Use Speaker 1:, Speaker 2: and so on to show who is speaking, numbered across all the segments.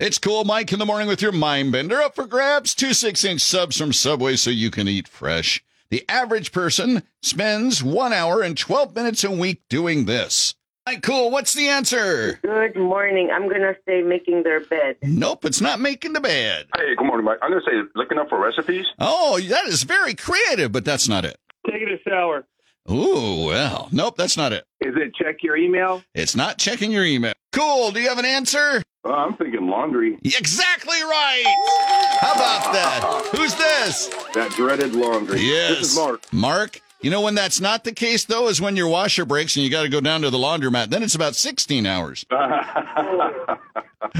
Speaker 1: It's cool, Mike, in the morning with your mind bender up for grabs. Two six inch subs from Subway so you can eat fresh. The average person spends one hour and 12 minutes a week doing this. Mike, cool. What's the answer?
Speaker 2: Good morning. I'm going to say making their bed.
Speaker 1: Nope, it's not making the bed.
Speaker 3: Hey, good morning, Mike. I'm gonna say looking up for recipes.
Speaker 1: Oh, that is very creative, but that's not it.
Speaker 4: Taking a shower.
Speaker 1: Ooh, well, nope, that's not it.
Speaker 4: Is it check your email?
Speaker 1: It's not checking your email. Cool. Do you have an answer?
Speaker 3: Uh, I'm thinking laundry.
Speaker 1: Exactly right. How about that? Who's this?
Speaker 3: That dreaded laundry.
Speaker 1: Yes.
Speaker 3: This is Mark.
Speaker 1: Mark. You know when that's not the case though is when your washer breaks and you got to go down to the laundromat. Then it's about 16 hours.
Speaker 3: Uh-huh.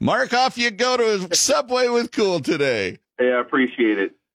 Speaker 1: Mark, off you go to Subway with Cool today.
Speaker 3: Hey, I appreciate it.